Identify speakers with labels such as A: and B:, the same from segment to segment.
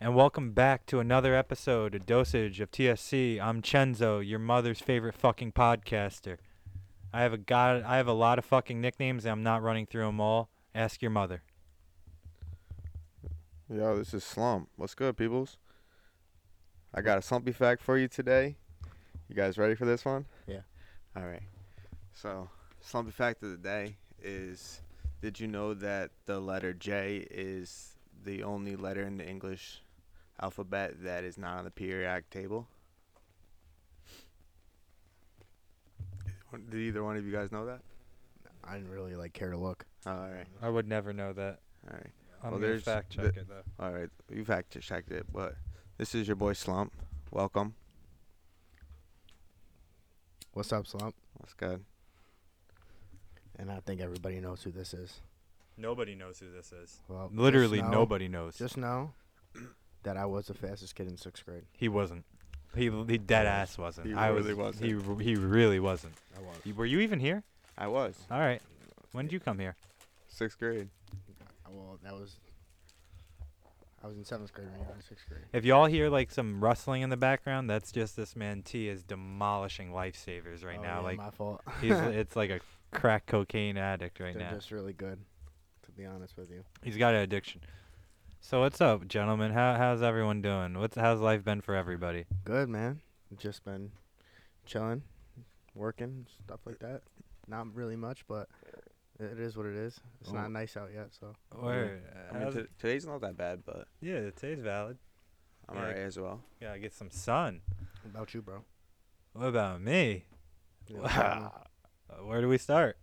A: and welcome back to another episode of Dosage of TSC. I'm Chenzo, your mother's favorite fucking podcaster. I have a god. I have a lot of fucking nicknames, and I'm not running through them all. Ask your mother.
B: Yo, this is Slump. What's good, peoples? I got a slumpy fact for you today. You guys ready for this one?
C: All right.
B: So, slumpy fact of the day is did you know that the letter J is the only letter in the English alphabet that is not on the periodic table? Did either one of you guys know that?
C: I didn't really like care to look.
B: Oh, all right.
A: I would never know that.
B: All right.
A: I'm
B: Well,
A: gonna
B: there's
A: fact
B: the-
A: check it though.
B: All right. You fact checked it, but this is your boy Slump. Welcome.
C: What's up, Slump?
B: What's good?
C: And I think everybody knows who this is.
D: Nobody knows who this is.
B: Oh,
C: Well, just
A: Literally
C: know-
A: nobody knows.
C: Just know that I was the fastest kid in sixth grade.
A: he wasn't. He he dead ass wasn't.
B: He
A: I
B: really
A: was.
B: wasn't.
A: He r- he really wasn't.
C: I was.
A: Y- Were you even here?
B: I was.
A: All right. When did you come here?
B: Sixth grade.
C: Well, that was. I was in seventh grade when you were in sixth grade.
A: If y'all hear like some rustling in the background, that's just this man T is demolishing lifesavers right
C: Oh,
A: now.
C: yeah,
A: like
C: my fault.
A: he's it's like a crack cocaine addict right
C: They're
A: now.
C: just really good, to be honest with you.
A: He's got an addiction. So what's up, gentlemen? How how's everyone doing? What's how's life been for everybody?
C: Good man. Just been chilling, working, stuff like that. Not really much, but it is what it is. It's
B: Oh.
C: not nice out yet, so
A: Or
B: I mean, t- today's not that bad, but
A: uh, yeah, today's valid.
B: I'm
A: Yeah.
B: alright as well.
A: Yeah, get some sun.
C: What about you, bro?
A: What about me?
C: Yeah, what's up, man?
A: Uh, Where do we start?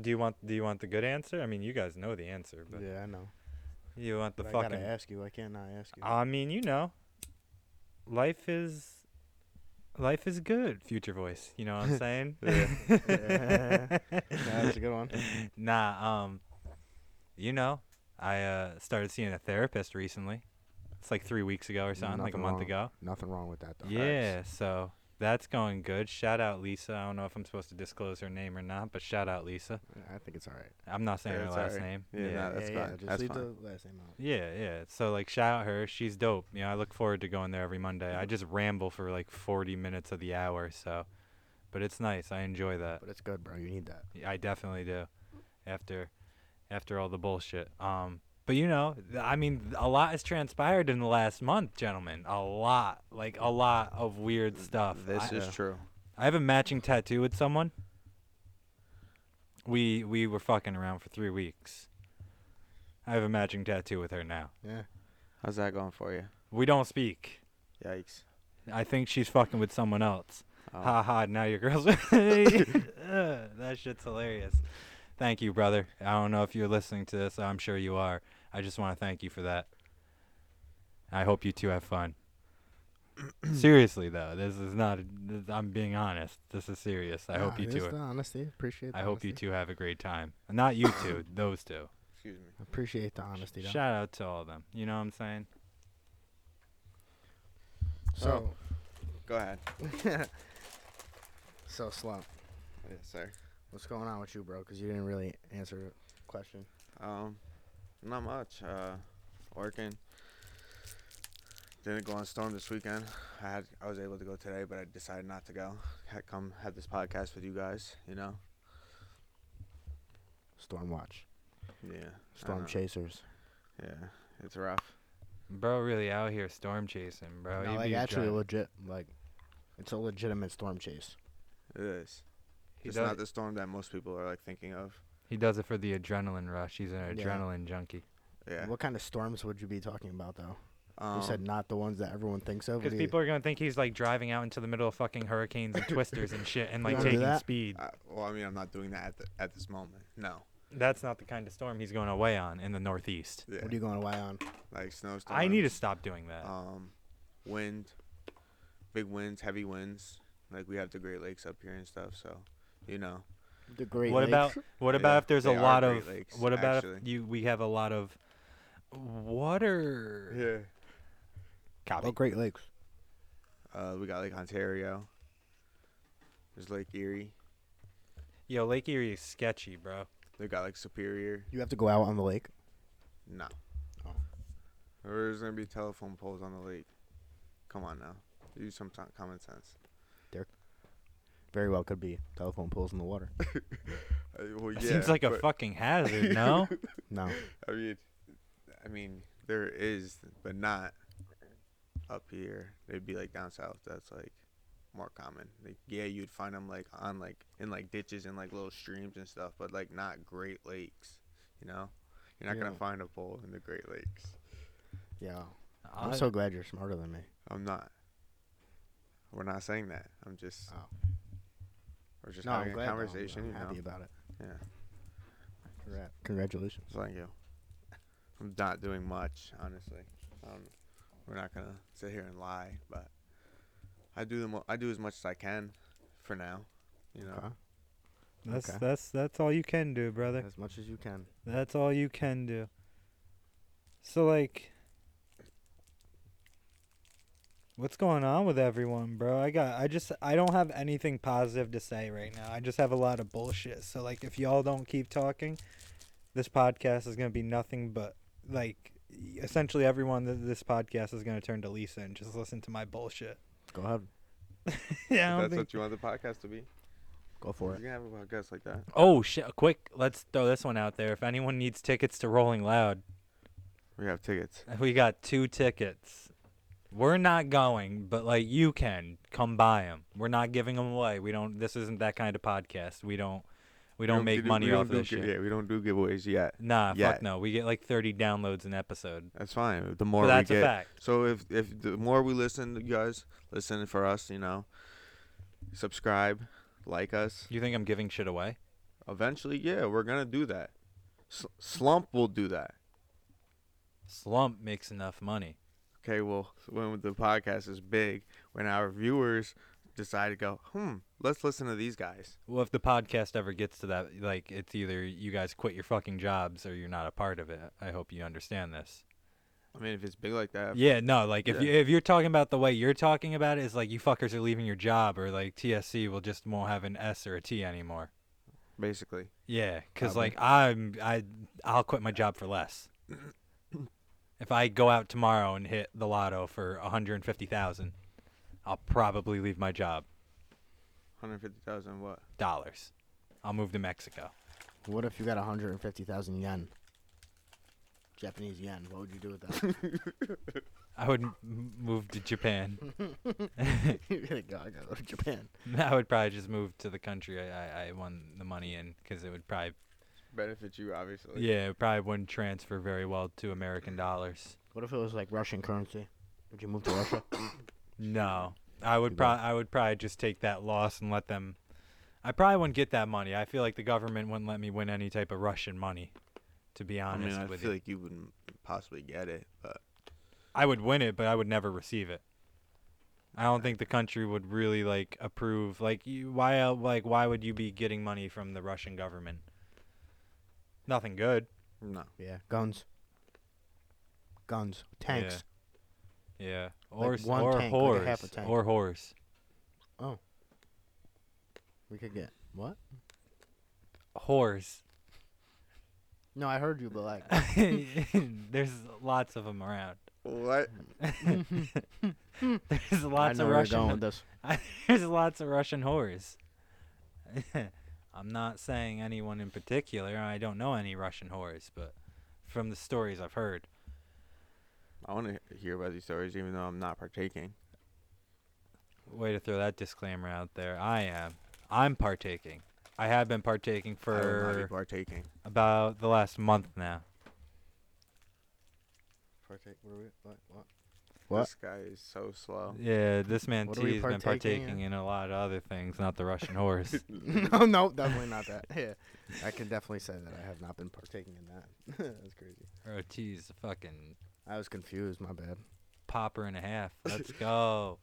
A: Do you want do you want the good answer? I mean, you guys know the answer, but
C: yeah, I know.
A: you want the
C: But I
A: fucking
C: gotta ask you. I can't not ask you.
A: I mean, you know, life is life is good. Future voice, you know what I'm saying?
C: Yeah. Yeah, that's a good one.
A: nah, um, you know, I uh, started seeing a therapist recently. It's like three weeks ago or something, like a
C: Nothing
A: month
C: wrong.
A: ago.
C: Nothing wrong with that, though.
A: Yeah, so that's going good. Shout out Lisa. I don't know if I'm supposed to disclose her name or not, but shout out Lisa.
C: I think it's all right.
A: I'm not saying
B: Yeah,
A: her
B: it's
A: last
B: alright.
A: name.
B: Yeah, nah, that's
C: yeah,
B: fine.
C: Just
B: That's
C: leave
B: fine.
C: the last name out.
A: Yeah, yeah. So like shout out her. She's dope. You know, I look forward to going there every Monday.
B: Mm-hmm.
A: I just ramble for like 40 minutes of the hour, so but it's nice. I enjoy that.
C: But it's good, bro. You need that.
A: Yeah, I definitely do. After after all the bullshit. Um but you know, th- I mean, th- a lot has transpired in the last month, gentlemen. A lot, like a lot of weird stuff.
B: Mm, This
A: I,
B: is true.
A: I have a matching tattoo with someone. We we were fucking around for 3 weeks. I have a matching tattoo with her now.
C: Yeah.
B: How's that going for you?
A: We don't speak.
B: Yikes.
A: I think she's fucking with someone else.
B: Oh,
A: Ha ha, now your girl's. Ugh, that shit's hilarious. Thank you, brother. I don't know if you're listening to this. I'm sure you are. I just want to thank you for that. I hope you two have fun. Seriously, though, this is not. this- I'm being honest. This is serious. I hope
C: Nah,
A: you
C: it
A: two.
C: is
A: are-
C: The honesty. Appreciate. The
A: I hope you
C: honesty.
A: two have a great time. Not you two, those two.
B: excuse me.
C: Appreciate the honesty, though.
A: Shout out to all of them. You know what I'm saying?
C: so,
B: Go ahead.
C: so slump.
B: Yes, sir.
C: What's going on with you, bro? Because you didn't really answer the question.
B: Um, not much. Uh, working. Didn't go on storm this weekend. I had I was able to go today, but I decided not to go. Had come had this podcast with you guys. You know.
C: Storm watch.
B: Yeah. I
C: Storm
B: know.
C: chasers.
B: Yeah, it's rough.
A: Bro, really out here storm chasing, bro.
C: no,
A: You
C: like
A: be
C: actually
A: driving-
C: legit. Like, it's a legitimate storm chase.
B: It is.
A: He
B: it's
A: does-
B: not the storm that most people are like thinking of.
A: He does it for the adrenaline rush. He's an
C: Yeah.
A: adrenaline junkie.
B: Yeah.
C: What kind of storms would you be talking about, though?
B: Um,
C: you said not the ones that everyone thinks of.
A: Because
C: What do you-
A: people are gonna think he's like driving out into the middle of fucking hurricanes and twisters and shit, and
C: You
A: like
C: wanna do
A: taking
C: that?
A: speed.
B: I, well, I mean, I'm not doing that at, the, at this moment. No.
A: That's not the kind of storm he's going away on in the Northeast.
B: Yeah.
C: What are you going away on?
B: like snowstorms.
A: I need to stop doing that.
B: um, wind, big winds, heavy winds. Like we have the Great Lakes up here and stuff, so you know.
C: The Great
A: what
C: Lakes.
A: about what
B: Yeah,
A: about if there's a
B: they are
A: lot
B: Great
A: of
B: Lakes,
A: what about if
B: actually.
A: you we have a lot of water? Copy.
C: Oh, Great Lakes.
B: Uh, we got Lake Ontario. There's Lake Erie.
A: Yo, Lake Erie is sketchy, bro.
B: They got like Superior.
C: You have to go out on the lake.
B: No.
C: Oh.
B: There's gonna be telephone poles on the lake. Come on now, use some t- common sense.
C: Very well could be telephone poles in the water.
B: Uh, well,
A: It seems like a
B: but-
A: fucking hazard, no?
C: No,
B: I mean, I mean, there is, but not up here. They'd be like down south. That's like more common. Like, yeah, you'd find them like on like in like ditches and like little streams and stuff, but like not Great Lakes. You know, you're not gonna
C: Yeah.
B: find a pole in the Great Lakes.
C: yeah. I'm
A: I-
C: so glad you're smarter than me.
B: I'm not. We're not saying that. I'm just.
C: Oh.
B: We're just
C: no, I'm
B: having
C: glad.
B: a
C: though. I'm-
B: conversation.
C: I'm
B: you know?
C: happy about it.
B: Yeah.
C: Congra- Congratulations.
B: Thank you. I'm not doing much, honestly. Um, we're not gonna sit here and lie, but I do the mo- I do as much as I can for now. You know,
C: Okay.
A: That's
C: Okay.
A: that's that's all you can do, brother.
C: As much as you can.
A: That's all you can do. So like What's going on with everyone, bro? I got I just I don't have anything positive to say right now. I just have a lot of bullshit. So like if y'all don't keep talking, this podcast is going to be nothing but like essentially everyone that this podcast is going to turn to Lisa and just listen to my bullshit.
C: Go ahead.
B: If
A: yeah, I don't
B: that's
A: think
B: what you want the podcast to be.
C: Go for
B: You
C: it.
B: can have a podcast like that.
A: Oh shit! Quick, let's throw this one out there. If anyone needs tickets to Rolling Loud,
B: We have tickets.
A: we got two tickets. We're not going, but like you can come buy them. We're not giving them away. We don't. This isn't that kind of podcast. We don't. We don't, make
B: do-
A: money
B: we
A: off
B: don't do
A: this
B: gi-
A: shit.
B: Yeah, we don't do giveaways yet.
A: Nah,
B: yet.
A: fuck no. We get like 30 downloads an episode.
B: That's fine. The more
A: but that's
B: we get,
A: a fact.
B: So if if the more we listen, you guys listen for us. You know, subscribe, like us.
A: You think I'm giving shit away?
B: Eventually, yeah, we're gonna do that. S- Slump will do that.
A: Slump makes enough money.
B: okay, well, when the podcast is big, when our viewers decide to go, hmm, let's listen to these guys.
A: Well, if the podcast ever gets to that, like it's either you guys quit your fucking jobs or you're not a part of it. I hope you understand this.
B: I mean, if it's big like that,
A: Yeah, no, like if
B: Yeah.
A: you if you're talking about the way you're talking about it, it's like you fuckers are leaving your job or like TSC will just won't have an S or a T anymore.
B: basically.
A: Yeah, cuz
C: Probably.
A: like I'm I I'll quit my job for less. if I go out tomorrow and hit the lotto for 150,000, I'll probably leave my job.
B: 150,000 what?
A: Dollars. I'll move to Mexico.
C: What if you got 150,000 yen? Japanese yen. What would you do with that?
A: I would m- move to Japan.
C: You're gonna go, I gotta go to Japan.
A: I would probably just move to the country I, I, I won the money in because it would probably
B: Benefit you, obviously.
A: Yeah, it probably wouldn't transfer very well to American dollars.
C: What if it was like Russian currency? Would you move to Russia?
A: No, I would pro- I would probably just take that loss and let them. I probably wouldn't get that money. I feel like the government wouldn't let me win any type of Russian money. To be
B: I mean,
A: honest
B: I
A: with
B: feel
A: you,
B: like you wouldn't possibly get it, but
A: I would win it, but I would never receive it. I don't think the country would really like approve. Like, you, why? el- Like, why would you be getting money from the Russian government? Nothing good.
B: no.
C: yeah, guns. Guns. Tanks.
A: Yeah. Or
C: Like
A: s-
C: one
A: or
C: tank,
A: horse
C: like a half a tank.
A: or horse.
C: We could get. What?
A: Horse.
C: No, I heard you, but like.
A: There's lots of them around.
B: What?
A: There's
C: I
A: lots
C: know
A: of
C: where you're
A: Russian.
C: going with this.
A: There's lots of Russian whores. I'm not saying anyone in particular. I don't know any Russian whores, but from the stories I've heard,
B: I want to hear about these stories, even though I'm not partaking.
A: way to throw that disclaimer out there. I am. I'm partaking. I have been partaking
B: I will not be
A: for
B: partaking.
A: about the last month now.
C: Partake. What are we? What? What? What?
B: This guy is so slow.
A: Yeah, this man
C: Oh. What are we
A: T's been
C: partaking in?
A: partaking in a lot of other things, not the Russian whores.
C: no, no, definitely not that. Yeah, I can definitely say that I have not been partaking in that. That's crazy.
A: Bro, T's a fucking
C: I was confused. My bad.
A: popper and a half. Let's go.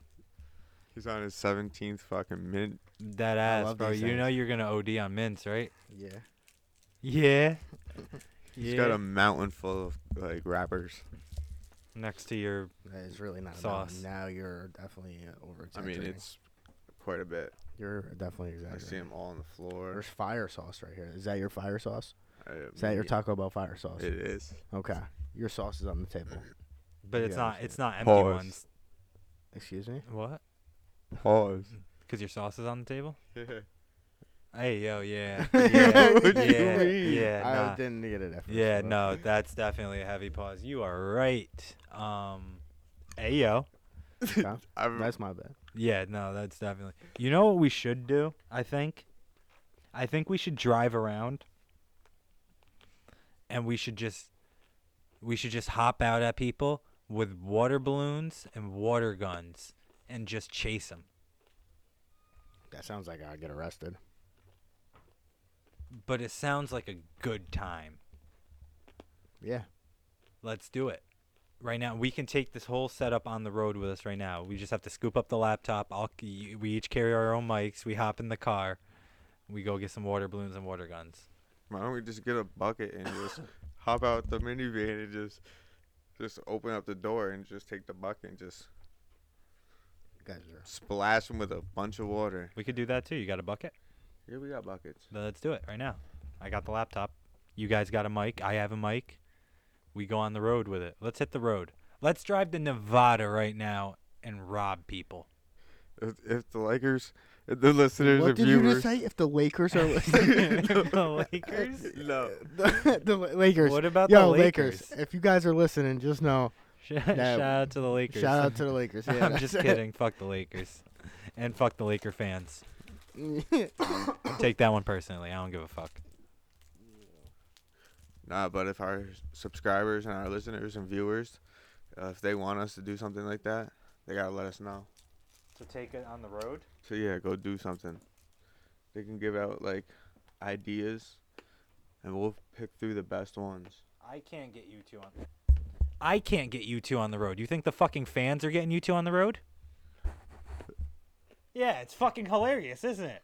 B: He's on his 17th fucking minute.
A: That
C: I
A: ass,
C: love
A: bro.
C: these
A: You know
C: things.
A: you're gonna OD on mints, right?
C: Yeah.
A: Yeah.
B: He's got a mountain full of like rappers.
A: next to your.
C: That is really not
A: Sauce.
C: About, now you're definitely uh, over
B: I mean, it's quite a bit.
C: you're definitely
B: I see
C: exaggerating.
B: them all on the floor.
C: There's fire sauce right here. Is that your fire sauce?
B: I-
C: Is that your
B: yeah,
C: Taco Bell fire sauce?
B: It is.
C: Okay. Your sauce is on the table.
A: But it's
C: Yeah,
A: not.
C: that's
A: It's not empty
E: Pause.
A: ones.
C: Excuse me.
A: What?
E: Pause.
A: Because your sauce is on the table.
B: Yeah.
A: Hey yo, yeah,
C: What
A: yeah,
C: do you
A: yeah,
C: mean?
A: yeah,
C: I
A: nah.
C: didn't get it at first.
A: yeah.
C: but-
A: No, that's definitely a heavy pause. You are right. Um, hey yo.
C: Okay,
B: I rem-
C: That's my bad.
A: Yeah, no, that's definitely. You know what we should do? I think, I think we should drive around, and we should just, we should just hop out at people with water balloons and water guns and just chase them.
C: That sounds like I get arrested.
A: But it sounds like a good time.
C: Yeah.
A: Let's do it. Right now, we can take this whole setup on the road with us right now. We just have to scoop up the laptop. I'll, c- we each carry our own mics. We hop in the car. We go get some water balloons and water guns.
B: Why don't we just get a bucket and just hop out the minivan and just just open up the door and just take the bucket and just
C: You guys are.
B: splash them with a bunch of water.
A: We could do that too. You got a bucket?
B: Yeah, we got buckets.
A: Then Let's do it right now. I got the laptop. You guys got a mic. I have a mic. We go on the road with it. Let's hit the road. Let's drive to Nevada right now and rob people.
B: If, if the Lakers, if the listeners,
C: What
B: if
C: did you
B: viewers,
C: just say? If the Lakers are
A: the Lakers?
B: no,
C: the, the La- Lakers.
A: What about
C: Yo,
A: the
C: Lakers?
A: Lakers?
C: If you guys are listening, just know.
A: Sh- Shout out to the Lakers.
C: Shout out to the Lakers. Yeah,
A: I'm just kidding. Fuck the Lakers. And fuck the Laker fans.
C: kidding.
A: Take that one personally. I don't give a fuck.
B: nah. But if our subscribers and our listeners and viewers, uh, if they want us to do something like that, they gotta let us know.
A: To take it on the road?
B: So yeah, go do something. They can give out like ideas, and we'll pick through the best ones.
A: I can't get you two on. I can't get you two on the road. You think the fucking fans are getting you two on the road? Yeah, it's fucking hilarious, isn't it?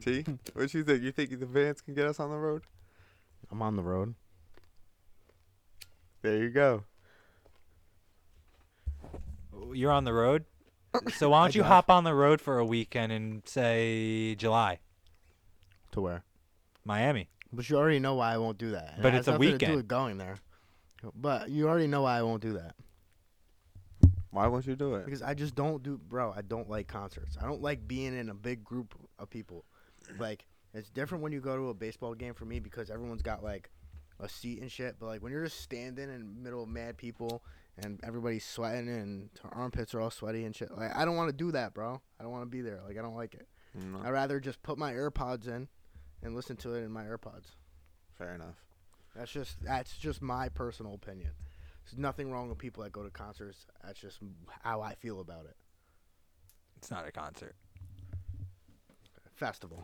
B: T, what you think? You think the fans can get us on the road?
C: I'm on the road.
B: There you go.
A: You're on the road, so why
C: I
A: don't you
C: drive.
A: hop on the road for a weekend in say July,
C: To where?
A: Miami?
C: But you already know why I won't do that. It
A: But
C: has
A: it's a
C: nothing to do
A: weekend.
C: with going there. But you already know why I won't do that
B: Why won't you do it?
C: because I just don't do, bro. I don't like concerts. I don't like being in a big group of people. Like it's different when you go to a baseball game for me because everyone's got like a seat and shit. But like when you're just standing in the middle of mad people and everybody's sweating and her armpits are all sweaty and shit. Like I don't want to do that, bro. I don't want to be there. Like I don't like it.
B: Mm, No,
C: I'd rather just put my AirPods in and listen to it in my AirPods.
B: fair enough.
C: That's just that's just my personal opinion. There's nothing wrong with people that go to concerts. That's just how I feel about it.
A: It's not a concert.
C: Festival.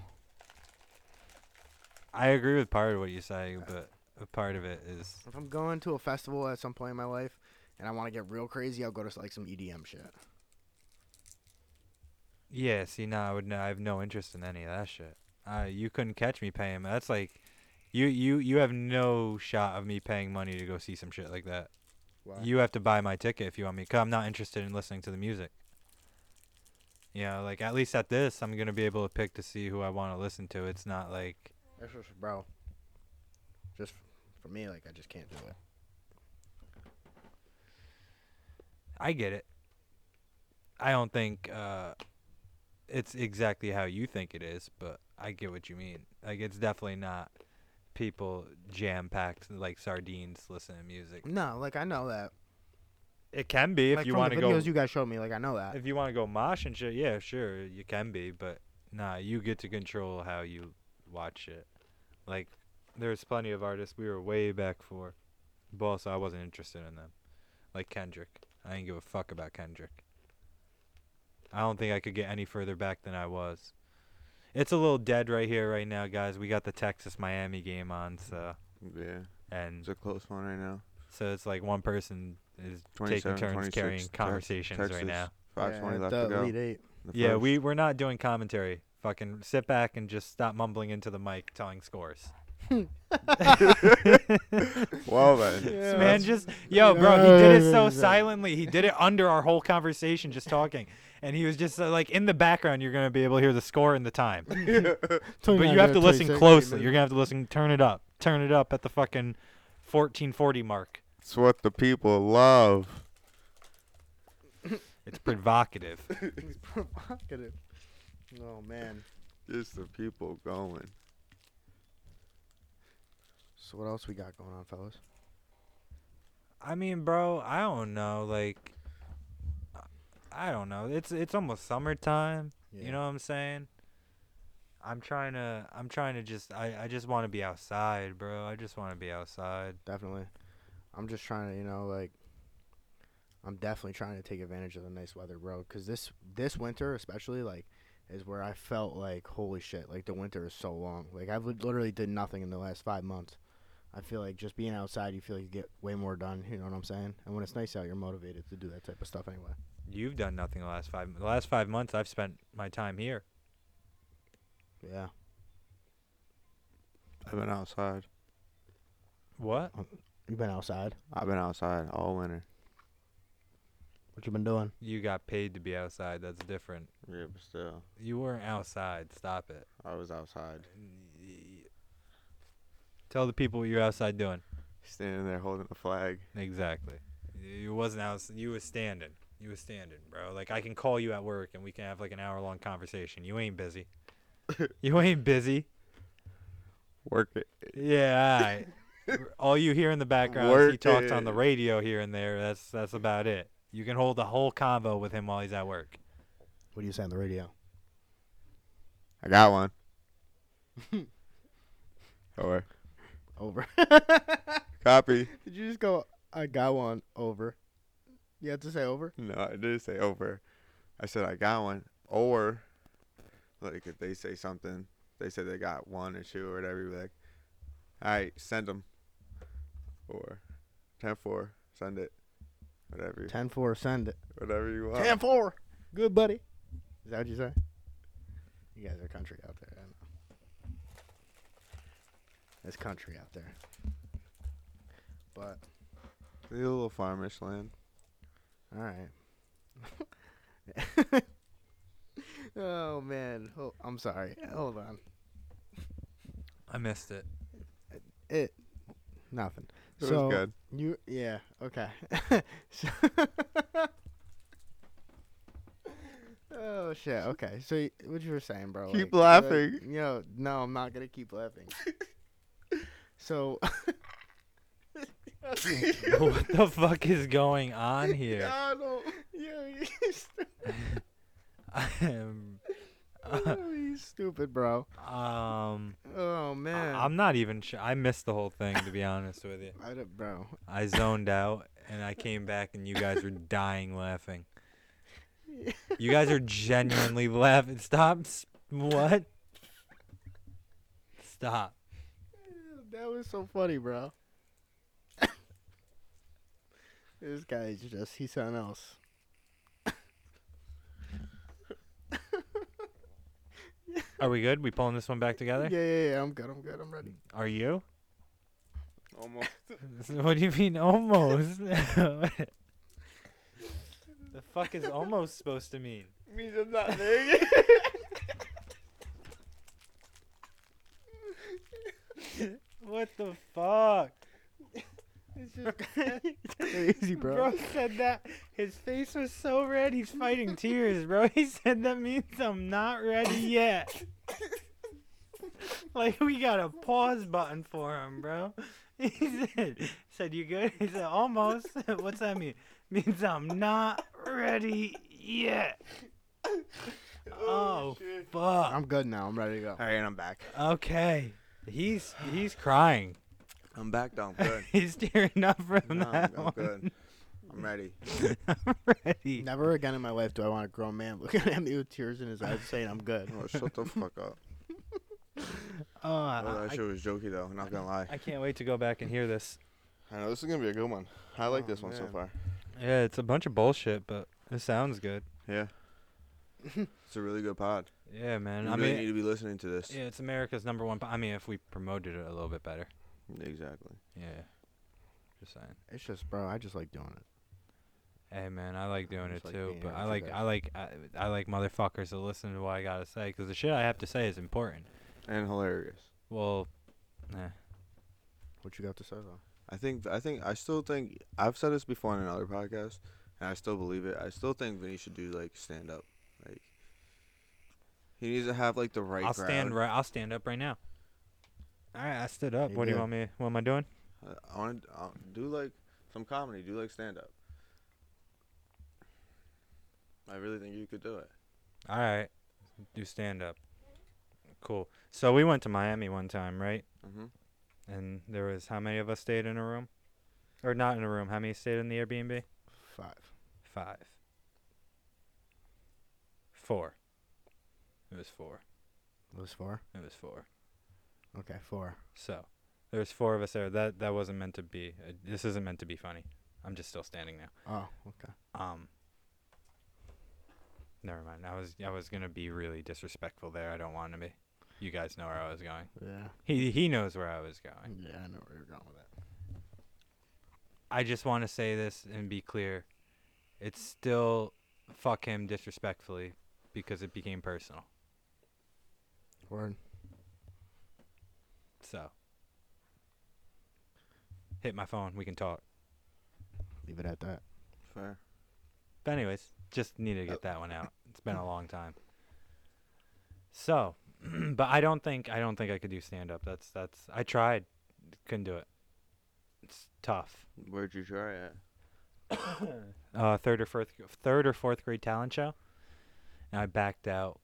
A: I agree with part of what you say, but a part of it is
C: If I'm going to a festival at some point in my life and I want to get real crazy, I'll go to like some EDM shit.
A: yeah. See, now I would know. I have no interest in any of that shit. Uh, you couldn't catch me paying. That's like, you you you have no shot of me paying money to go see some shit like that.
C: Why?
A: You have to buy my ticket if you want me. Cause I'm not interested in listening to the music. You know, like at least at this, I'm gonna be able to pick to see who I want to listen to. It's not like
C: That's just, bro. Just for me, like I just can't do it.
A: I get it. I don't think uh, it's exactly how you think it is, but I get what you mean. Like it's definitely not people jam packed like sardines listening to music.
C: No, like I know that.
A: It can be if
C: like
A: you
C: from
A: want
C: the
A: to go.
C: videos you guys showed me, like I know that.
A: if you want to go mosh and shit, yeah, sure, you can be, but nah, you get to control how you watch it. Like, there's plenty of artists we were way back for, but also I wasn't interested in them. Like Kendrick, I didn't give a fuck about Kendrick. I don't think I could get any further back than I was. It's a little dead right here, right now, guys. We got the Texas Miami game on, so
B: Yeah,
A: and
B: it's a close one right now.
A: so it's like one person is taking
B: 27,
A: turns
B: 26,
A: carrying
B: Tex-
A: conversations right
B: Texas,
A: now.
B: 5:20
C: Yeah,
B: left
C: the
B: to go.
C: Elite Eight.
B: The
A: Yeah,
B: first-
A: we we're not doing commentary. Fucking sit back and just stop mumbling into the mic telling scores.
B: Well then,
A: This man just yo, bro, he did it so silently. He did it under our whole conversation, just talking, and he was just uh, like in the background. You're gonna be able to hear the score and the time, but you have to listen closely. You're gonna have to listen. Turn it up. Turn it up at the fucking 1440 mark.
B: it's what the people love.
A: It's provocative.
C: He's provocative. Oh man.
B: Just the people going.
C: So what else we got going on, fellas?
A: I mean, bro, I don't know. Like, I don't know. It's it's almost summertime. You know what I'm saying? I'm trying to. I'm trying to just. I I just want to be outside, bro. I just want to be outside.
C: Definitely. I'm just trying to, you know, like I'm definitely trying to take advantage of the nice weather, bro, cuz this this winter especially like is where I felt like holy shit, like the winter is so long. Like I've lit- literally did nothing in the last 5 months. I feel like just being outside, you feel like you get way more done, you know what I'm saying? And when it's nice out, you're motivated to do that type of stuff anyway.
A: You've done nothing the last five. The last five months, I've spent my time here.
C: Yeah.
B: I've been outside.
A: What?
C: You've been outside.
B: I've been outside all winter.
C: What you been doing?
A: You got paid to be outside. That's different.
B: Yeah, but still,
A: You weren't outside. Stop it.
B: I was outside,
A: Tell the people what you're outside doing.
B: standing there holding a flag.
A: Exactly. You wasn't out. You was standing. You was standing, bro. Like I can call you at work and we can have like an hour long conversation. You ain't busy. you ain't busy.
B: Work it.
A: Yeah. All, right. all you hear in the background is he
B: Work
A: talks on the
B: it.
A: radio here and there. That's that's about it. You can hold the whole convo with him while he's at work.
C: What do you say on the radio?
B: I got one. or
C: Over.
B: copy.
C: Did you just go? I got one over. You have to say over.
B: No, I didn't say over. I said I got one. Or like if they say something, they say they got one or two or whatever. You be like, all right, send them. Or ten four, send it. Whatever, you-
C: Ten four, send it.
B: whatever you want.
C: Ten four. Good buddy. Is that what you say? You guys are country out there. I know. It's country out there. But
B: A little farmish land.
C: all right. oh man, oh, I'm sorry. Hold on.
A: I missed it.
C: It nothing.
B: It
C: so
B: was good.
C: You yeah okay. So- oh shit okay. So y- what you were saying, bro?
B: Keep
C: like, like,
B: laughing.
C: You know, no, I'm not gonna keep laughing. so
A: what the fuck is going on here?
C: I don't. Yeah, he's stupid.
A: I am.
C: Oh, he's stupid, bro.
A: Um.
C: Oh man.
A: I- I'm not even sure. I missed the whole thing, to be honest with you.
C: I don't, bro.
A: I zoned out and I came back, and you guys were dying laughing. You guys are genuinely laughing. Stop. s- What? Stop.
C: That was so funny, bro. this guy's just he's something else.
A: Are we good? We pulling this one back together?
C: Yeah, yeah, yeah. I'm good. I'm good. I'm ready.
A: Are you?
B: Almost.
A: What do you mean almost? the fuck is almost supposed to mean?
B: means I'm not there.
A: What the fuck?
C: It's just crazy, bro.
A: said that his face was so red he's fighting tears, bro. He said that means I'm not ready yet. like we got a pause button for him, bro. He said, "Said you good?" He said, "Almost." What's that mean? Means I'm not ready yet. Oh, fuck.
C: I'm good now. I'm ready to go.
B: All right, and I'm back.
A: Okay, he's he's crying.
B: I'm back though. I'm good.
A: he's tearing up from
B: No,
A: that
B: I'm, I'm
A: one.
B: good. I'm ready.
A: I'm ready.
C: Never again in my life do I want a grown man looking at me with tears in his eyes saying I'm good.
B: Oh, shut the fuck up.
A: Oh,
B: Oh,
A: I-
B: that shit was jokey though. Not gonna lie.
A: I can't wait to go back and hear this.
B: I know this is gonna be a good one. I like
C: Oh,
B: this one so
C: man.
B: far.
A: Yeah, it's a bunch of bullshit, but it sounds good.
B: Yeah. it's a really good pod.
A: Yeah, man.
B: you
A: I
B: really
A: mean,
B: need to be listening to this.
A: yeah, it's America's number one. po- I mean, if we promoted it a little bit better.
B: Exactly.
A: Yeah. Just saying.
C: It's just, bro, I just like doing it.
A: Hey, man, I like doing it
C: Just like
A: too,
C: being
A: but I
C: into
A: like,
C: that.
A: I like, I, I like motherfuckers to listen to what I gotta say, 'cause the shit I have to say is important.
B: And hilarious.
A: Well,
C: What you got to say though?
B: I think I think I still think I've said this before on another podcast. and I still believe it. I still think Vinny should do like stand up. Like he needs to have like the right.
A: I'll
B: crowd.
A: stand right. I'll stand up right now. All right, I stood up.
C: You
A: what do
C: did.
A: you want me? What am I doing?
B: I- I want to do like some comedy. Do like stand up. I really think you could do it.
A: All right, do stand up. Cool. So we went to Miami one time, right?
B: hmm
A: And there was how many of us stayed in a room, or not in a room? How many stayed in the Airbnb?
C: Five.
A: Five. Four. It was four.
C: It was four.
A: It was four.
C: Okay, four.
A: So there's four of us there. That that wasn't meant to be. Uh, this isn't meant to be funny. I'm just still standing now.
C: Oh, okay.
A: Um. Never mind. I was I was gonna be really disrespectful there. I don't want to be. You guys know where I was going.
C: Yeah.
A: He he knows where I was going.
C: Yeah, I know where you're going with that.
A: I just want to say this and be clear. It's still fuck him disrespectfully because it became personal.
C: Word.
A: So hit my phone. We can talk.
C: Leave it at that.
B: Fair.
A: But anyways, just needed to get that one out. It's been a long time. So, but I don't think I don't think I could do stand up. That's that's I tried, couldn't do it. It's tough.
B: Where'd you try it?
A: Uh, third or fourth third or fourth grade talent show, and I backed out.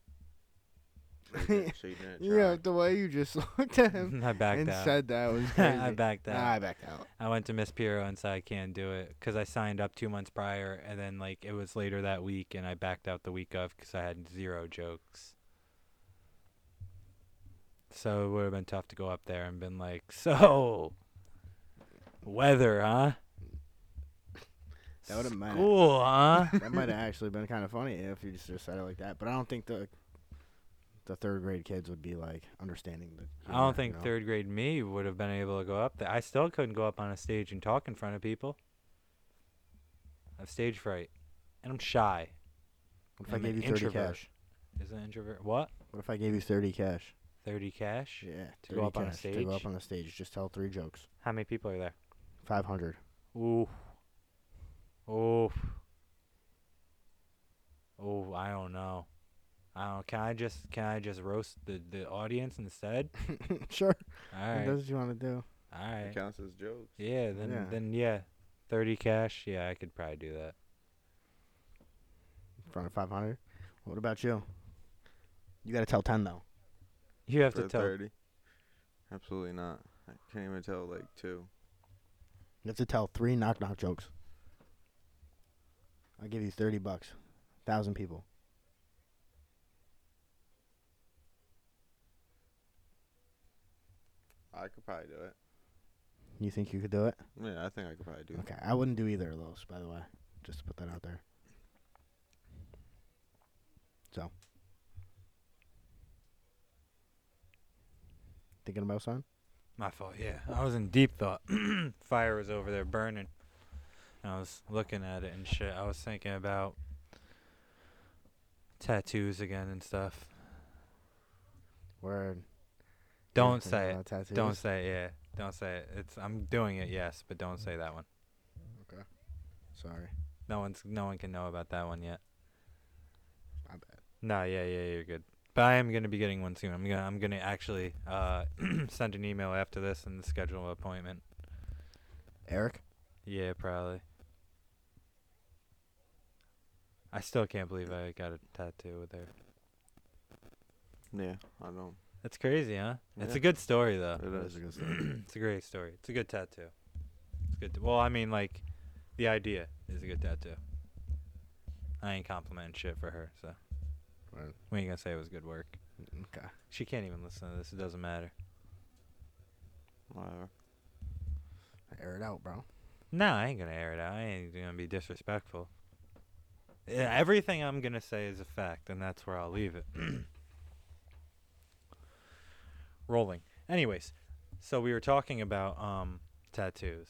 B: So you didn't, so you didn't try.
C: Yeah, the way you just looked at him
A: I backed
C: and
A: out.
C: said that was crazy.
A: I backed out.
C: Nah, I backed out.
A: I went to Miss Piro and said I can't do it because I signed up two months prior, and then like it was later that week, and I backed out the week of because I had zero jokes. So it would have been tough to go up there and been like, so weather, huh?
C: That would've might-
A: School, huh?
C: That might have actually been kind of funny if you just, just said it like that. But I don't think the the third grade kids would be like understanding the.
A: I
C: humor,
A: don't think
C: you know?
A: third grade me would have been able to go up there. I still couldn't go up on a stage and talk in front of people. I have stage fright, and I'm shy.
C: What if
A: I'm
C: I
A: an
C: gave you thirty
A: introvert.
C: cash?
A: Is an introvert what?
C: What if I gave you thirty cash?
A: Thirty cash?
C: Yeah,
A: To go up on a
C: To go
A: stage?
C: up on a stage, just tell three jokes.
A: How many people are there?
C: Five hundred.
A: Ooh. Ooh. Oh, I don't know. I don't. Can I just can I just roast the the audience instead?
C: sure.
A: All
C: If
A: right.
C: That's what you want to do.
A: All
B: It
A: right.
B: counts as jokes.
A: Yeah. Then
C: Yeah.
A: then yeah. Thirty cash. Yeah, I could probably do that.
C: In front of five hundred. What about you? You got to tell ten though.
A: You have
B: for
A: to tell.
B: thirty. Absolutely not. I can't even tell like two.
C: You have to tell three knock knock jokes. I'll give you thirty bucks. Thousand people.
B: I could probably do it.
C: You think you could do it?
B: Yeah, I think I could probably do it.
C: Okay, I wouldn't do either of those, by the way. Just to put that out there. So, thinking about something?
A: My fault. Yeah, I was in deep thought. Fire was over there burning. And I was looking at it and shit. I was thinking about tattoos again and stuff.
C: Word.
A: Don't say it.
C: About tattoos?
A: Don't say it, yeah. Don't say it. It's I'm doing it, yes, but don't say that one.
C: Sorry,
A: No one's no one can know about that one yet.
C: my bad.
A: No, yeah, yeah, you're good. But I am gonna be getting one soon. I'm gonna I'm gonna actually uh send an email after this and schedule an appointment.
C: Eric,
A: Yeah, probably. I still can't believe I got a tattoo with her.
B: Yeah, I don't.
A: That's crazy, huh? It's
B: Yeah.
A: a good story though.
B: It is.
C: good story.
A: It's a great story. It's a good tattoo. It's good. well, I mean, like, the idea is a good tattoo. I ain't complimenting shit for her, so
C: Word.
A: we ain't gonna say it was good work.
C: Okay.
A: She can't even listen to this. It doesn't matter.
B: Whatever.
C: Air it out, bro.
A: No, I ain't gonna air it out. I ain't gonna be disrespectful. Yeah, everything I'm gonna say is a fact, and that's where I'll leave it. Rolling. Anyways, so we were talking about um tattoos.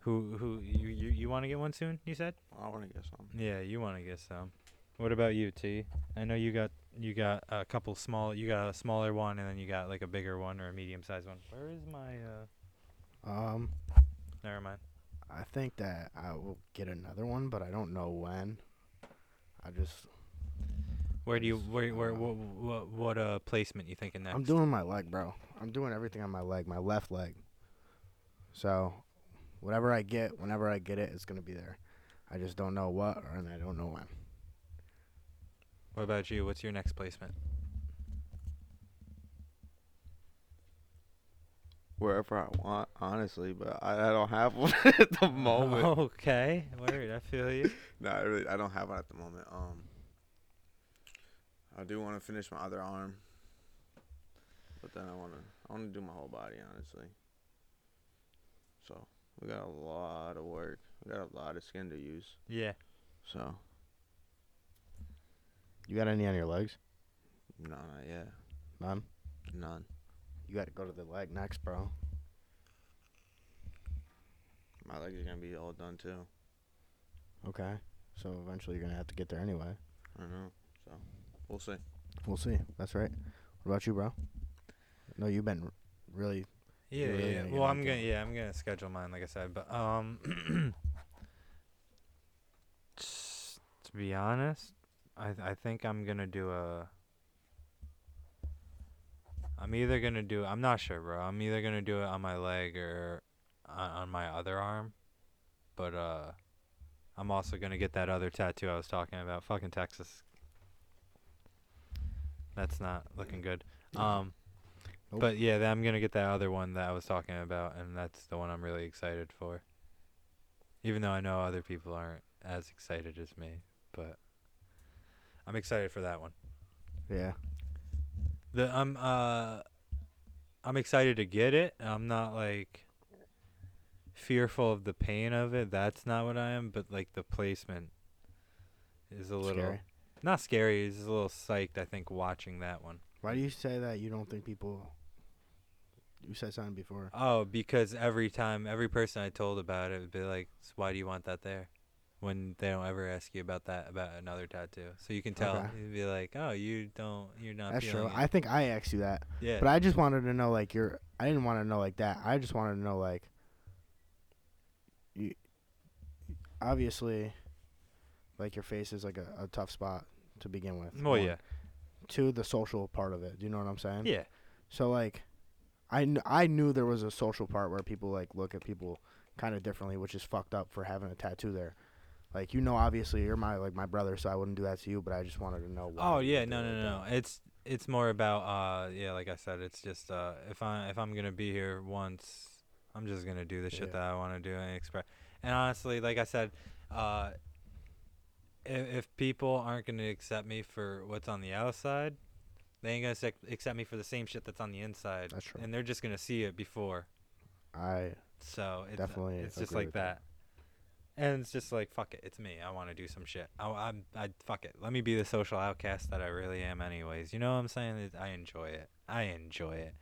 A: Who who you you, you want to get one soon? You said.
B: I want to get something.
A: Yeah, you want to get some. What about you, T? I know you got you got a couple small. You got a smaller one, and then you got like a bigger one or a medium sized one. Where is my? uh
C: Um,
A: Never mind.
C: I think that I will get another one, but I don't know when. I just
A: Where do you
C: Yes,
A: where
C: I
A: where
C: know.
A: what what, what uh placement you thinking next?
C: I'm doing my leg, bro. I'm doing everything on my leg, my left leg. So, whatever I get, whenever I get it, it's gonna be there. I just don't know what, or- and I don't know when.
A: What about you? What's your next placement?
B: wherever I want, honestly. But I, I don't have one at the moment.
A: Okay, word. I feel you.
B: No, I really I don't have one at the moment. Um, I do want to finish my other arm, but then I want to I want to do my whole body honestly. So we got a lot of work. We got a lot of skin to use.
A: Yeah.
B: So
C: You got any on your legs?
B: no, not yet.
C: None.
B: None.
C: You got to go to the leg next, bro.
B: My legs are gonna be all done too.
C: Okay. So eventually you're gonna have to get there anyway.
B: I don't know. So we'll see.
C: We'll see. That's right. What about you, bro? No, you've been r- really.
A: Yeah,
C: You're really
A: yeah.
C: gonna get
A: Well, I'm
C: into
A: gonna
C: it.
A: yeah, I'm gonna schedule mine like I said, but um, s- to be honest, I th- I think I'm gonna do a. I'm either gonna do I'm not sure, bro. I'm either gonna do it on my leg or on, on my other arm, but uh, I'm also gonna get that other tattoo I was talking about. Fucking Texas. That's not looking good. Um.
C: Nope.
A: But yeah, then I'm gonna get that other one that I was talking about, and that's the one I'm really excited for. Even though I know other people aren't as excited as me, but I'm excited for that one.
C: Yeah.
A: The I'm uh I'm excited to get it. I'm not like fearful of the pain of it. That's not what I am, but like the placement is a little
C: Scary.
A: not scary. It's just a little psyched. I think watching that one.
C: Why do you say that? You don't think people. You said something before.
A: Oh, because every time, every person I told about it would be like, "S- "Why do you want that there?" When they don't ever ask you about that about another tattoo, so you can tell
C: Okay.
A: you'd be like, "Oh, you don't, you're not."
C: That's true.
A: feeling
C: I
A: It.
C: think I asked you that,
A: Yeah,
C: but I just wanted to know like your. I didn't want to know like that. I just wanted to know like. You. Obviously, like your face is like a, a tough spot to begin with.
A: well,
C: one.
A: yeah,
C: To the social part of it. Do you know what I'm saying?
A: yeah,
C: So like, I kn- I knew there was a social part where people like look at people kind of differently, which is fucked up for having a tattoo there. Like you know, obviously you're my like my brother, so I wouldn't do that to you. But I just wanted to know. why
A: Oh
C: you
A: yeah,
C: would do
A: no,
C: it
A: no,
C: like
A: no.
C: that.
A: It's it's more about uh yeah, like I said, it's just uh if I if I'm gonna be here once, I'm just gonna do the shit
C: Yeah.
A: that I want to do and express. And honestly, like I said, uh, if, if people aren't gonna accept me for what's on the outside, they ain't gonna sec- accept me for the same shit that's on the inside.
C: That's true.
A: And they're just gonna see it before.
C: I
A: So it's, uh,
C: Definitely
A: it's just
C: agree
A: like
C: with that.
A: that. And it's just like fuck it, it's me. I want to do some shit. I, I'm I fuck it. Let me be the social outcast that I really am, anyways. You know what I'm saying? It- I enjoy it. I enjoy it.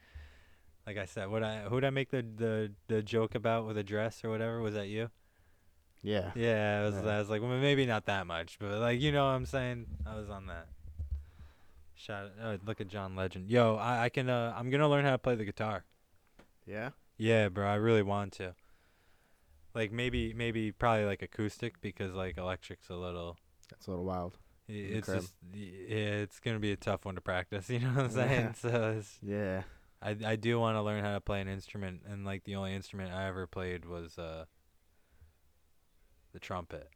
A: Like I said, what I who would I make the, the the joke about with a dress or whatever? Was that you?
C: yeah.
A: Yeah, I was,
C: Yeah.
A: I was like, well, maybe not that much, but like you know what I'm saying. I was on that. Shout! Uh, look at John Legend. Yo, I, I can. Uh, I'm gonna learn how to play the guitar.
C: Yeah.
A: Yeah, bro, I really want to. Like maybe maybe probably like acoustic because like electric's a little
C: That's a little wild.
A: i-
C: the
A: it's
C: crib.
A: just y- yeah, it's going to be a tough one to practice, you know what I'm saying?
C: Yeah.
A: So it's,
C: Yeah.
A: I I do want to learn how to play an instrument and like the only instrument I ever played was uh the trumpet.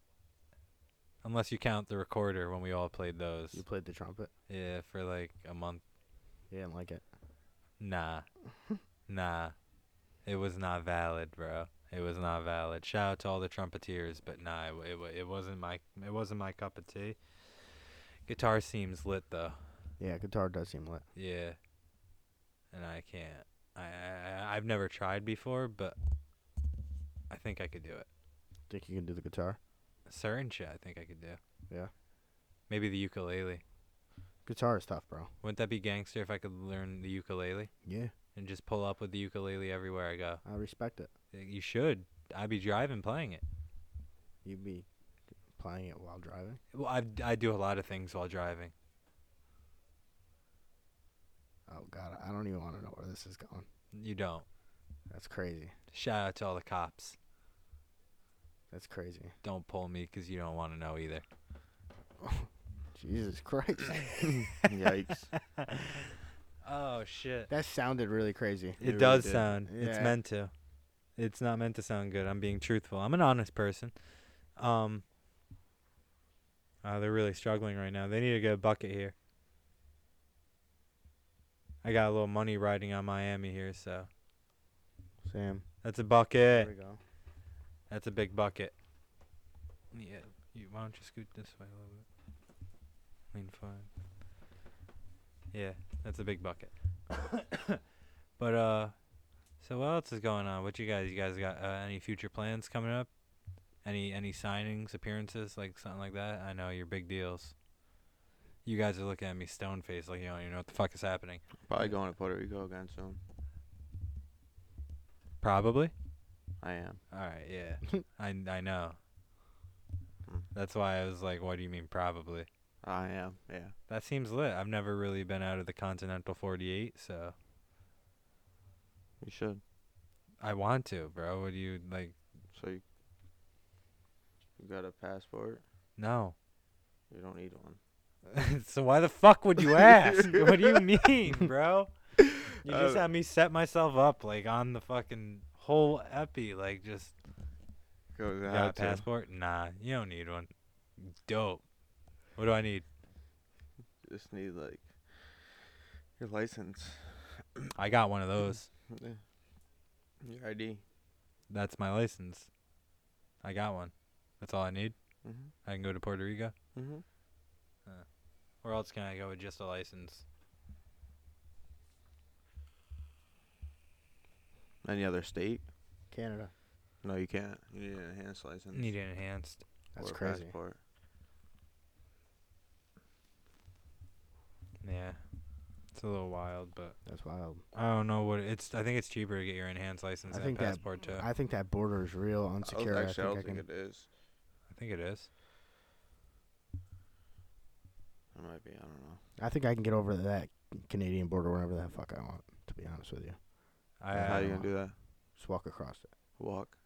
A: Unless you count the recorder when we all played those.
C: You played the trumpet.
A: Yeah, for like a month.
C: You didn't like it.
A: Nah. nah. It was not valid, bro. It was not valid. Shout out to all the trumpeteers, but nah, it, wa- it, wa- it wasn't my it wasn't my cup of tea. Guitar seems lit though.
C: Yeah, guitar does seem lit.
A: Yeah. And I can't. I, I I- I've never tried before, but I think I could do it.
C: Think you can do the guitar?
A: Certain shit, I think I could do.
C: Yeah.
A: Maybe the ukulele.
C: Guitar is tough, bro.
A: Wouldn't that be gangster if I could learn the ukulele
C: Yeah,
A: and just pull up with the ukulele everywhere I go?
C: I respect it.
A: You should. I'd be driving playing it.
C: You'd be playing it while driving.
A: Well, I I do a lot of things while driving.
C: Oh God, I don't even want to know where this is going.
A: You don't.
C: That's crazy.
A: Shout out to all the cops.
C: That's crazy.
A: Don't pull me because you don't want to know either.
C: Jesus Christ.
B: Yikes.
A: Oh shit!
C: that sounded really crazy.
A: It,
D: really
A: does
D: did.
A: sound. It's
C: Yeah.
A: meant to. It's not meant to sound good. I'm being truthful. I'm an honest person. Um. Uh, they're really struggling right now. They need to get a bucket here. I got a little money riding on Miami here, so
C: Sam.
A: that's a
C: There
A: bucket.
C: we go.
A: That's a big bucket. Yeah. You, why don't you scoot this way a little bit? Lean forward. Yeah, that's a big bucket. but uh, so what else is going on? What you guys? You guys got uh, any future plans coming up? Any any signings, appearances, like something like that? I know your big deals. You guys are looking at me stone faced, like you don't even know what the fuck is happening.
B: Probably going to Puerto Rico again soon.
A: Probably.
B: I am.
A: All right. Yeah. I I know.
B: Hmm.
A: That's why I was like, "What do you mean probably?"
B: I am. Yeah.
A: That seems lit. I've never really been out of the Continental 48, so
B: You should.
A: I want to, bro. Would you like?
B: So you, you got a passport?
A: No.
B: You don't need one.
A: so why the fuck would you ask? what do you mean, bro? You just
B: Uh,
A: had me set myself up like on the fucking whole epi, like just
B: Go
A: got a passport. Nah, you don't need one. Dope. What do I need?
B: Just need like your license,
A: I got one of those.
B: Yeah. your ID.
A: That's my license. I got one. That's all I need.
B: Mm-hmm.
A: I can go to Puerto Rico.
B: Mm-hmm.
A: Where else can I go with just a license?
B: Any other state?
C: Canada.
B: No, you can't. You need an enhanced license.
A: Need it enhanced.
C: That's
B: or a
C: crazy.
B: Passport.
A: Yeah. It's a little wild, but
C: That's wild.
A: I don't know what it's. I think it's cheaper to get your enhanced license
C: I
A: than
C: think
A: a
C: that-
A: passport too. I,
C: I think that border is real
B: I was
C: unsecure.
B: actually,
C: I
B: I
C: think I
B: don't think
C: can-
B: it is.
A: think it is.
B: It might be. I don't know.
C: I think I can get over that Canadian border whenever the fuck I want. To be honest with you,
A: I, um,
B: How
A: I
B: you
A: don't-
B: gonna do that?
C: just walk across it.
B: Walk.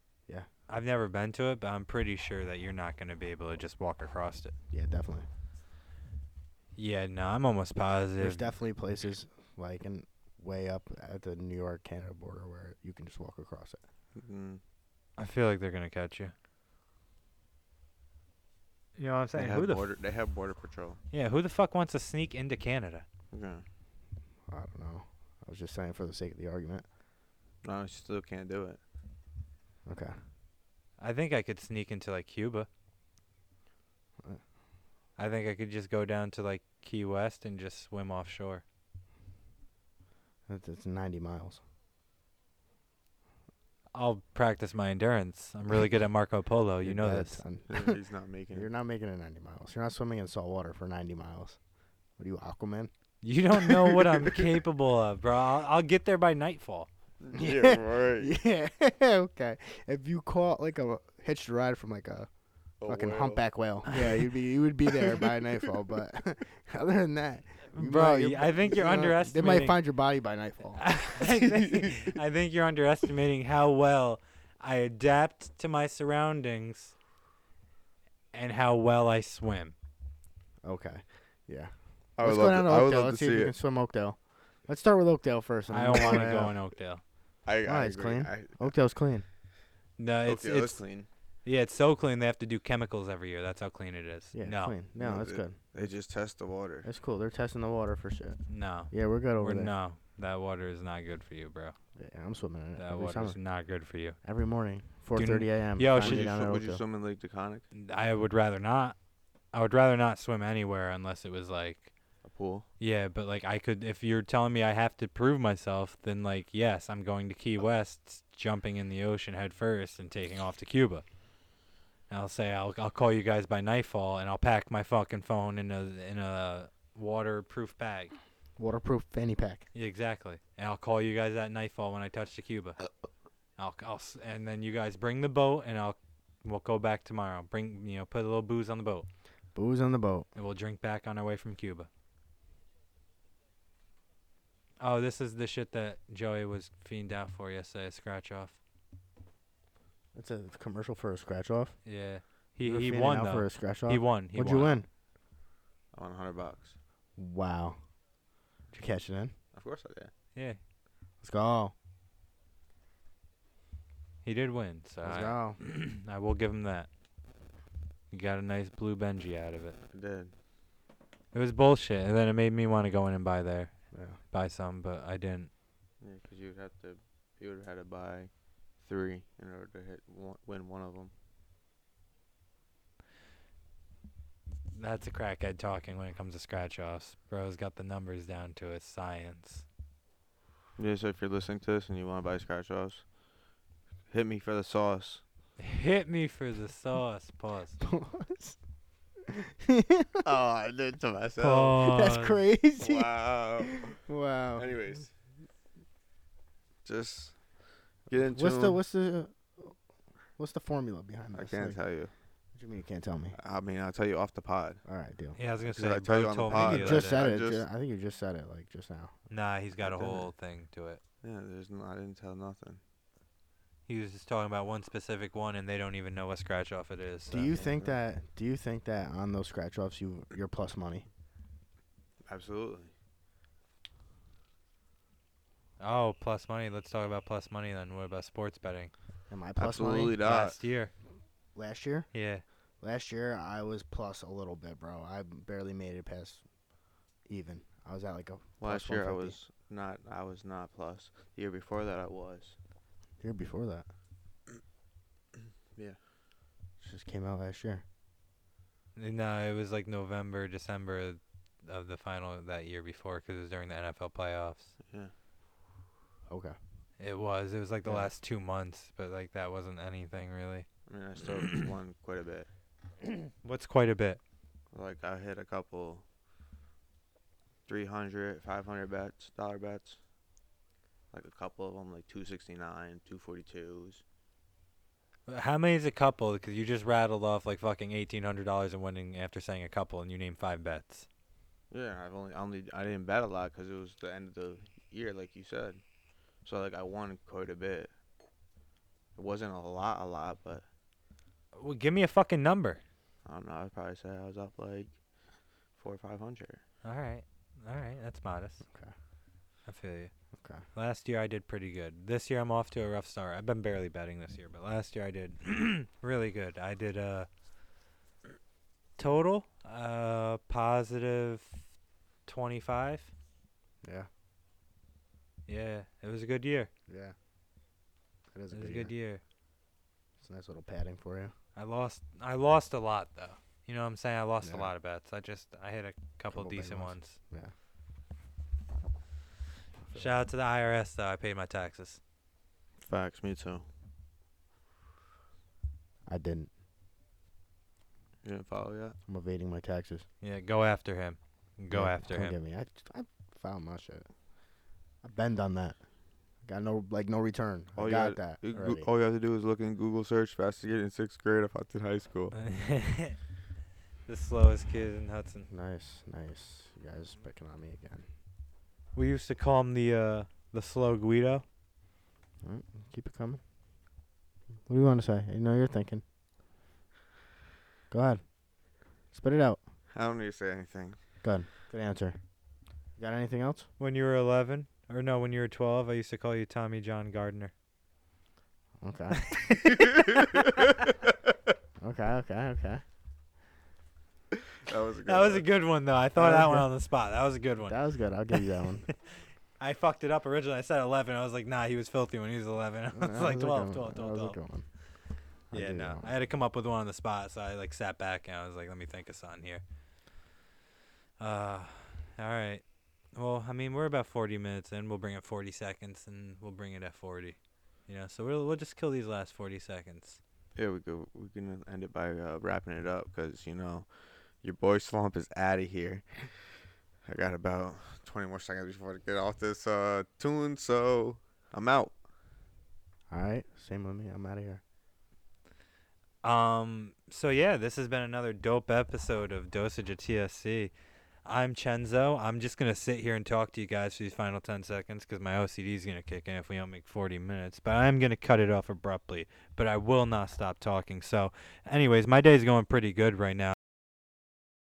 A: I've never been to it, but I'm pretty sure that you're not gonna be able to just walk across it.
C: Yeah, definitely.
A: Yeah, no, I'm almost positive.
C: There's definitely places like in way up at the New York Canada border where you can just walk across it.
B: Mm.
A: I feel like they're gonna catch you. You know what I'm
B: They
A: saying? Who
B: have
A: the
B: border. they have border patrol.
A: f- yeah, who the fuck wants to sneak into Canada?
B: Okay.
C: I don't know. I was just saying for the sake of the argument.
B: No, you still can't do it.
C: Okay.
A: I think I could sneak into like Cuba.
C: Uh.
A: I think I could just go down to like Key West and just swim offshore.
C: That's, that's 90 miles.
A: I'll practice my endurance. I'm really good at Marco Polo. You
C: You're
A: know
C: dead,
A: this.
C: son.
B: Yeah, He's not making
C: You're
B: it.
C: not making it 90 miles. You're not swimming in salt water for 90 miles. What are you, Aquaman?
A: You don't know what I'm capable of, bro. I'll, I'll get there by nightfall.
B: Yeah, right.
C: Yeah. okay. If you caught like a hitched a ride from like a
B: A
C: fucking
B: whale.
C: humpback whale, yeah, you'd be you would be there by nightfall. But other than that, you
A: Bro,
C: might-
A: you- I think you're
C: you know,
A: underestimating.
C: They might find your body by nightfall.
A: I, think, I think you're underestimating how well I adapt to my surroundings and how well I swim.
C: Okay. Yeah.
B: I
C: Let's
B: would
C: go
B: love
C: down
B: to,
C: to
B: I would
C: Oakdale.
B: love
C: Let's
B: to
C: see if
B: see
C: you
B: it.
C: can swim Oakdale. Let's start with Oakdale first. and
A: I
C: then
A: don't
C: we'll
A: want to
C: find
A: go
C: out.
A: in Oakdale.
B: I,
C: Why,
B: I
C: it's
B: agree.
C: clean?
B: I,
C: Oakdale's clean.
A: No, it's
B: okay,
A: it's
B: it's clean.
A: yeah, it's so clean. They have to do chemicals every year. That's how clean it is.
C: Yeah,
A: no,
C: clean. No,
B: No,
C: that's
B: the-
C: good.
B: They just test the water.
C: That's cool. They're testing the water for shit.
A: no,
C: Yeah, we're good over
A: We're-
C: there.
A: no. That water is not good for you, bro.
C: Yeah, I'm swimming in it
A: That
C: every
A: water
C: summer,
A: is not good for you.
C: every morning, 4:30 a.m.
A: Yo,
C: time
A: should you
B: would,
C: to get
B: you
C: down
B: swi-
C: to
B: would you
C: Oakdale.
B: swim in Lake Deconic?
A: I would rather not. I would rather not swim anywhere unless it was like,
B: A pool?
A: yeah, but like I could. If you're telling me I have to prove myself, then like yes, I'm going to Key West, jumping in the ocean head first and taking off to Cuba. And I'll say I'll I'll call you guys by nightfall, and I'll pack my fucking phone in a in a waterproof bag.
C: Waterproof fanny pack.
A: Yeah, exactly. And I'll call you guys at nightfall when I touch the Cuba. I'll, I'll s- and then you guys bring the boat, and I'll we'll go back tomorrow. Bring you know put a little booze on the boat.
C: Booze on the boat.
A: and we'll drink back on our way from Cuba. Oh, this is the shit that Joey was fiend out for yesterday. Scratch off.
C: That's a commercial for a scratch off.
A: Yeah. He he won
C: for
A: though.
C: a scratch off.
A: He won. He
C: What'd
A: won.
C: you win?
B: I won 100 bucks.
C: Wow. Did you catch it in?
B: Of course I did.
A: Yeah.
C: Let's go.
A: He did win. So
C: Let's
A: I,
C: go.
A: I will give him that. He got a nice blue Benji out of it.
B: I did.
A: It was bullshit, and then it made me want to go in and buy there,
C: Yeah.
A: buy some, but I didn't.
B: Yeah, because you would have to, you would have had to buy three in order to hit one, win one of them.
A: That's a crackhead talking when it comes to scratch offs. Bro's got the numbers down to a science.
B: Yeah, so if you're listening to this and you want to buy scratch offs, hit me for the sauce.
A: Hit me for the sauce. Pause.
B: oh, I did to myself.
A: Pause.
C: That's crazy. Wow.
B: Wow. Anyways, just get into
C: What's the
B: them.
C: what's the what's the formula behind this?
B: I can't
C: Like,
B: tell you.
C: What do you mean you can't tell me?
B: I mean, I'll tell you off the pod.
C: All right, deal.
A: Yeah, I was gonna
B: Did
A: say.
B: I tell
A: Bro
B: you on the
A: told
B: pod?
A: me
C: you
A: the
C: just
A: other
C: said
A: day.
B: I
C: it. ju-
B: just-
C: I think you just said it like just now.
A: Nah, he's got a
B: I didn't.
A: whole thing to it.
B: Yeah, there's no, I didn't tell nothing.
A: He was just talking about one specific one, and they don't even know what scratch off it is.
C: Do
A: so.
C: you
B: yeah,
C: think
B: bro.
C: that do you think that on those scratch offs you you're plus money?
B: Absolutely.
A: Oh, plus money. Let's talk about plus money then. What about sports betting?
C: Am I plus
B: Absolutely
C: money?
B: not.
A: Last year.
C: Last year?
A: Yeah.
C: Last year I was plus a little bit, bro. I barely made it past even. I was at like a
B: Last
C: plus
B: year I
C: 150.
B: was not. I was not plus. The year before that I was.
C: year before that.
B: Yeah.
C: Just came out last year.
A: No, uh, it was like November, December of the final that year before because it was during the NFL playoffs.
B: Yeah.
C: Okay.
A: It was. It was like the
C: Yeah.
A: last two months, but like that wasn't anything really.
B: I mean, I still won quite a bit.
A: What's quite a bit?
B: Like I hit a couple. 300, 500 bets, dollar bets. Like a couple of them, like 269, 242s.
A: How many is a couple? Because you just rattled off like fucking eighteen hundred dollars in winning after saying a couple, and you named five bets.
B: Yeah, I've only I only I didn't bet a lot because it was the end of the year, like you said. So like I won quite a bit. It wasn't a lot, a lot, but
A: Well, give me a fucking number.
B: I don't know. I'd probably say I was up like four or five hundred.
A: All right, all right, that's modest.
C: Okay.
A: I feel you.
C: Okay.
A: Last year I did pretty good. This year I'm off to a rough start. I've been barely betting this year, but last year I did really good. I did uh total uh positive 25.
C: Yeah.
A: Yeah, it was a good year.
C: Yeah. That is
A: It was a good year.
C: It's a nice little padding for you.
A: I lost I lost a lot though. You know what I'm saying? I lost a
C: Yeah.
A: lot of bets. I just I hit a couple,
C: Couple big
A: decent
C: ones.
A: ones.
C: Yeah.
A: Shout out to the IRS though. I paid my taxes.
B: Facts, me too.
C: I didn't.
B: You didn't follow yet?
C: I'm evading my taxes.
A: Yeah, go after him. Go
C: Yeah,
A: after
C: come
A: him.
C: Get me. I, I found my shit. I've been done that. Got no like no return. I
B: Oh, you
C: got
B: got-
C: that.
B: You goo-
C: already.
B: all you have to do is look in Google search fast to get in sixth grade if I did high school.
A: the slowest kid in Hudson.
C: Nice, nice. You guys picking on me again.
A: We used to call him the uh, the slow Guido.
C: Alright, keep it coming. What do you want to say? I know you're thinking. Go ahead. Spit it out.
B: I don't need to say anything.
C: Good. Good answer. Got anything else?
A: When you were 11, or no, when you were 12, I used to call you Tommy John Gardner.
C: Okay. okay, okay, okay.
B: That was a good
A: That was a
B: one.
A: good one though. I thought that
C: That was
A: one
C: good.
A: on the spot. That was a good one.
C: That was good. I'll give you that one.
A: I fucked it up originally. I said 11. I was like, nah, he was filthy when he was 11. I
C: That
A: was like
C: a good
A: 12,
C: one.
A: 12,
C: That was
A: 12,
C: a good one. I'll
A: Yeah,
C: give you
A: no.
C: that
A: I
C: one.
A: had to come up with one on the spot, so I like sat back and I was like, let me think of something here. Uh, all right. Well, I mean, we're about 40 minutes in. We'll bring it 40 seconds, and we'll bring it at 40. You know, so we'll we'll just kill these last 40 seconds.
B: Yeah, we go. We're gonna end it by uh, wrapping it up because you know, your boy Swamp is out of here. I got about 20 more seconds before to get off this uh, tune, so I'm out.
C: All right. Same with me. I'm out of here.
A: Um. So yeah, this has been another dope episode of Dosage of TSC. I'm Chenzo. I'm just gonna sit here and talk to you guys for these final ten seconds because my OCD is gonna kick in if we don't make 40 minutes. But I'm gonna cut it off abruptly. But I will not stop talking. So, anyways, my day's going pretty good right now.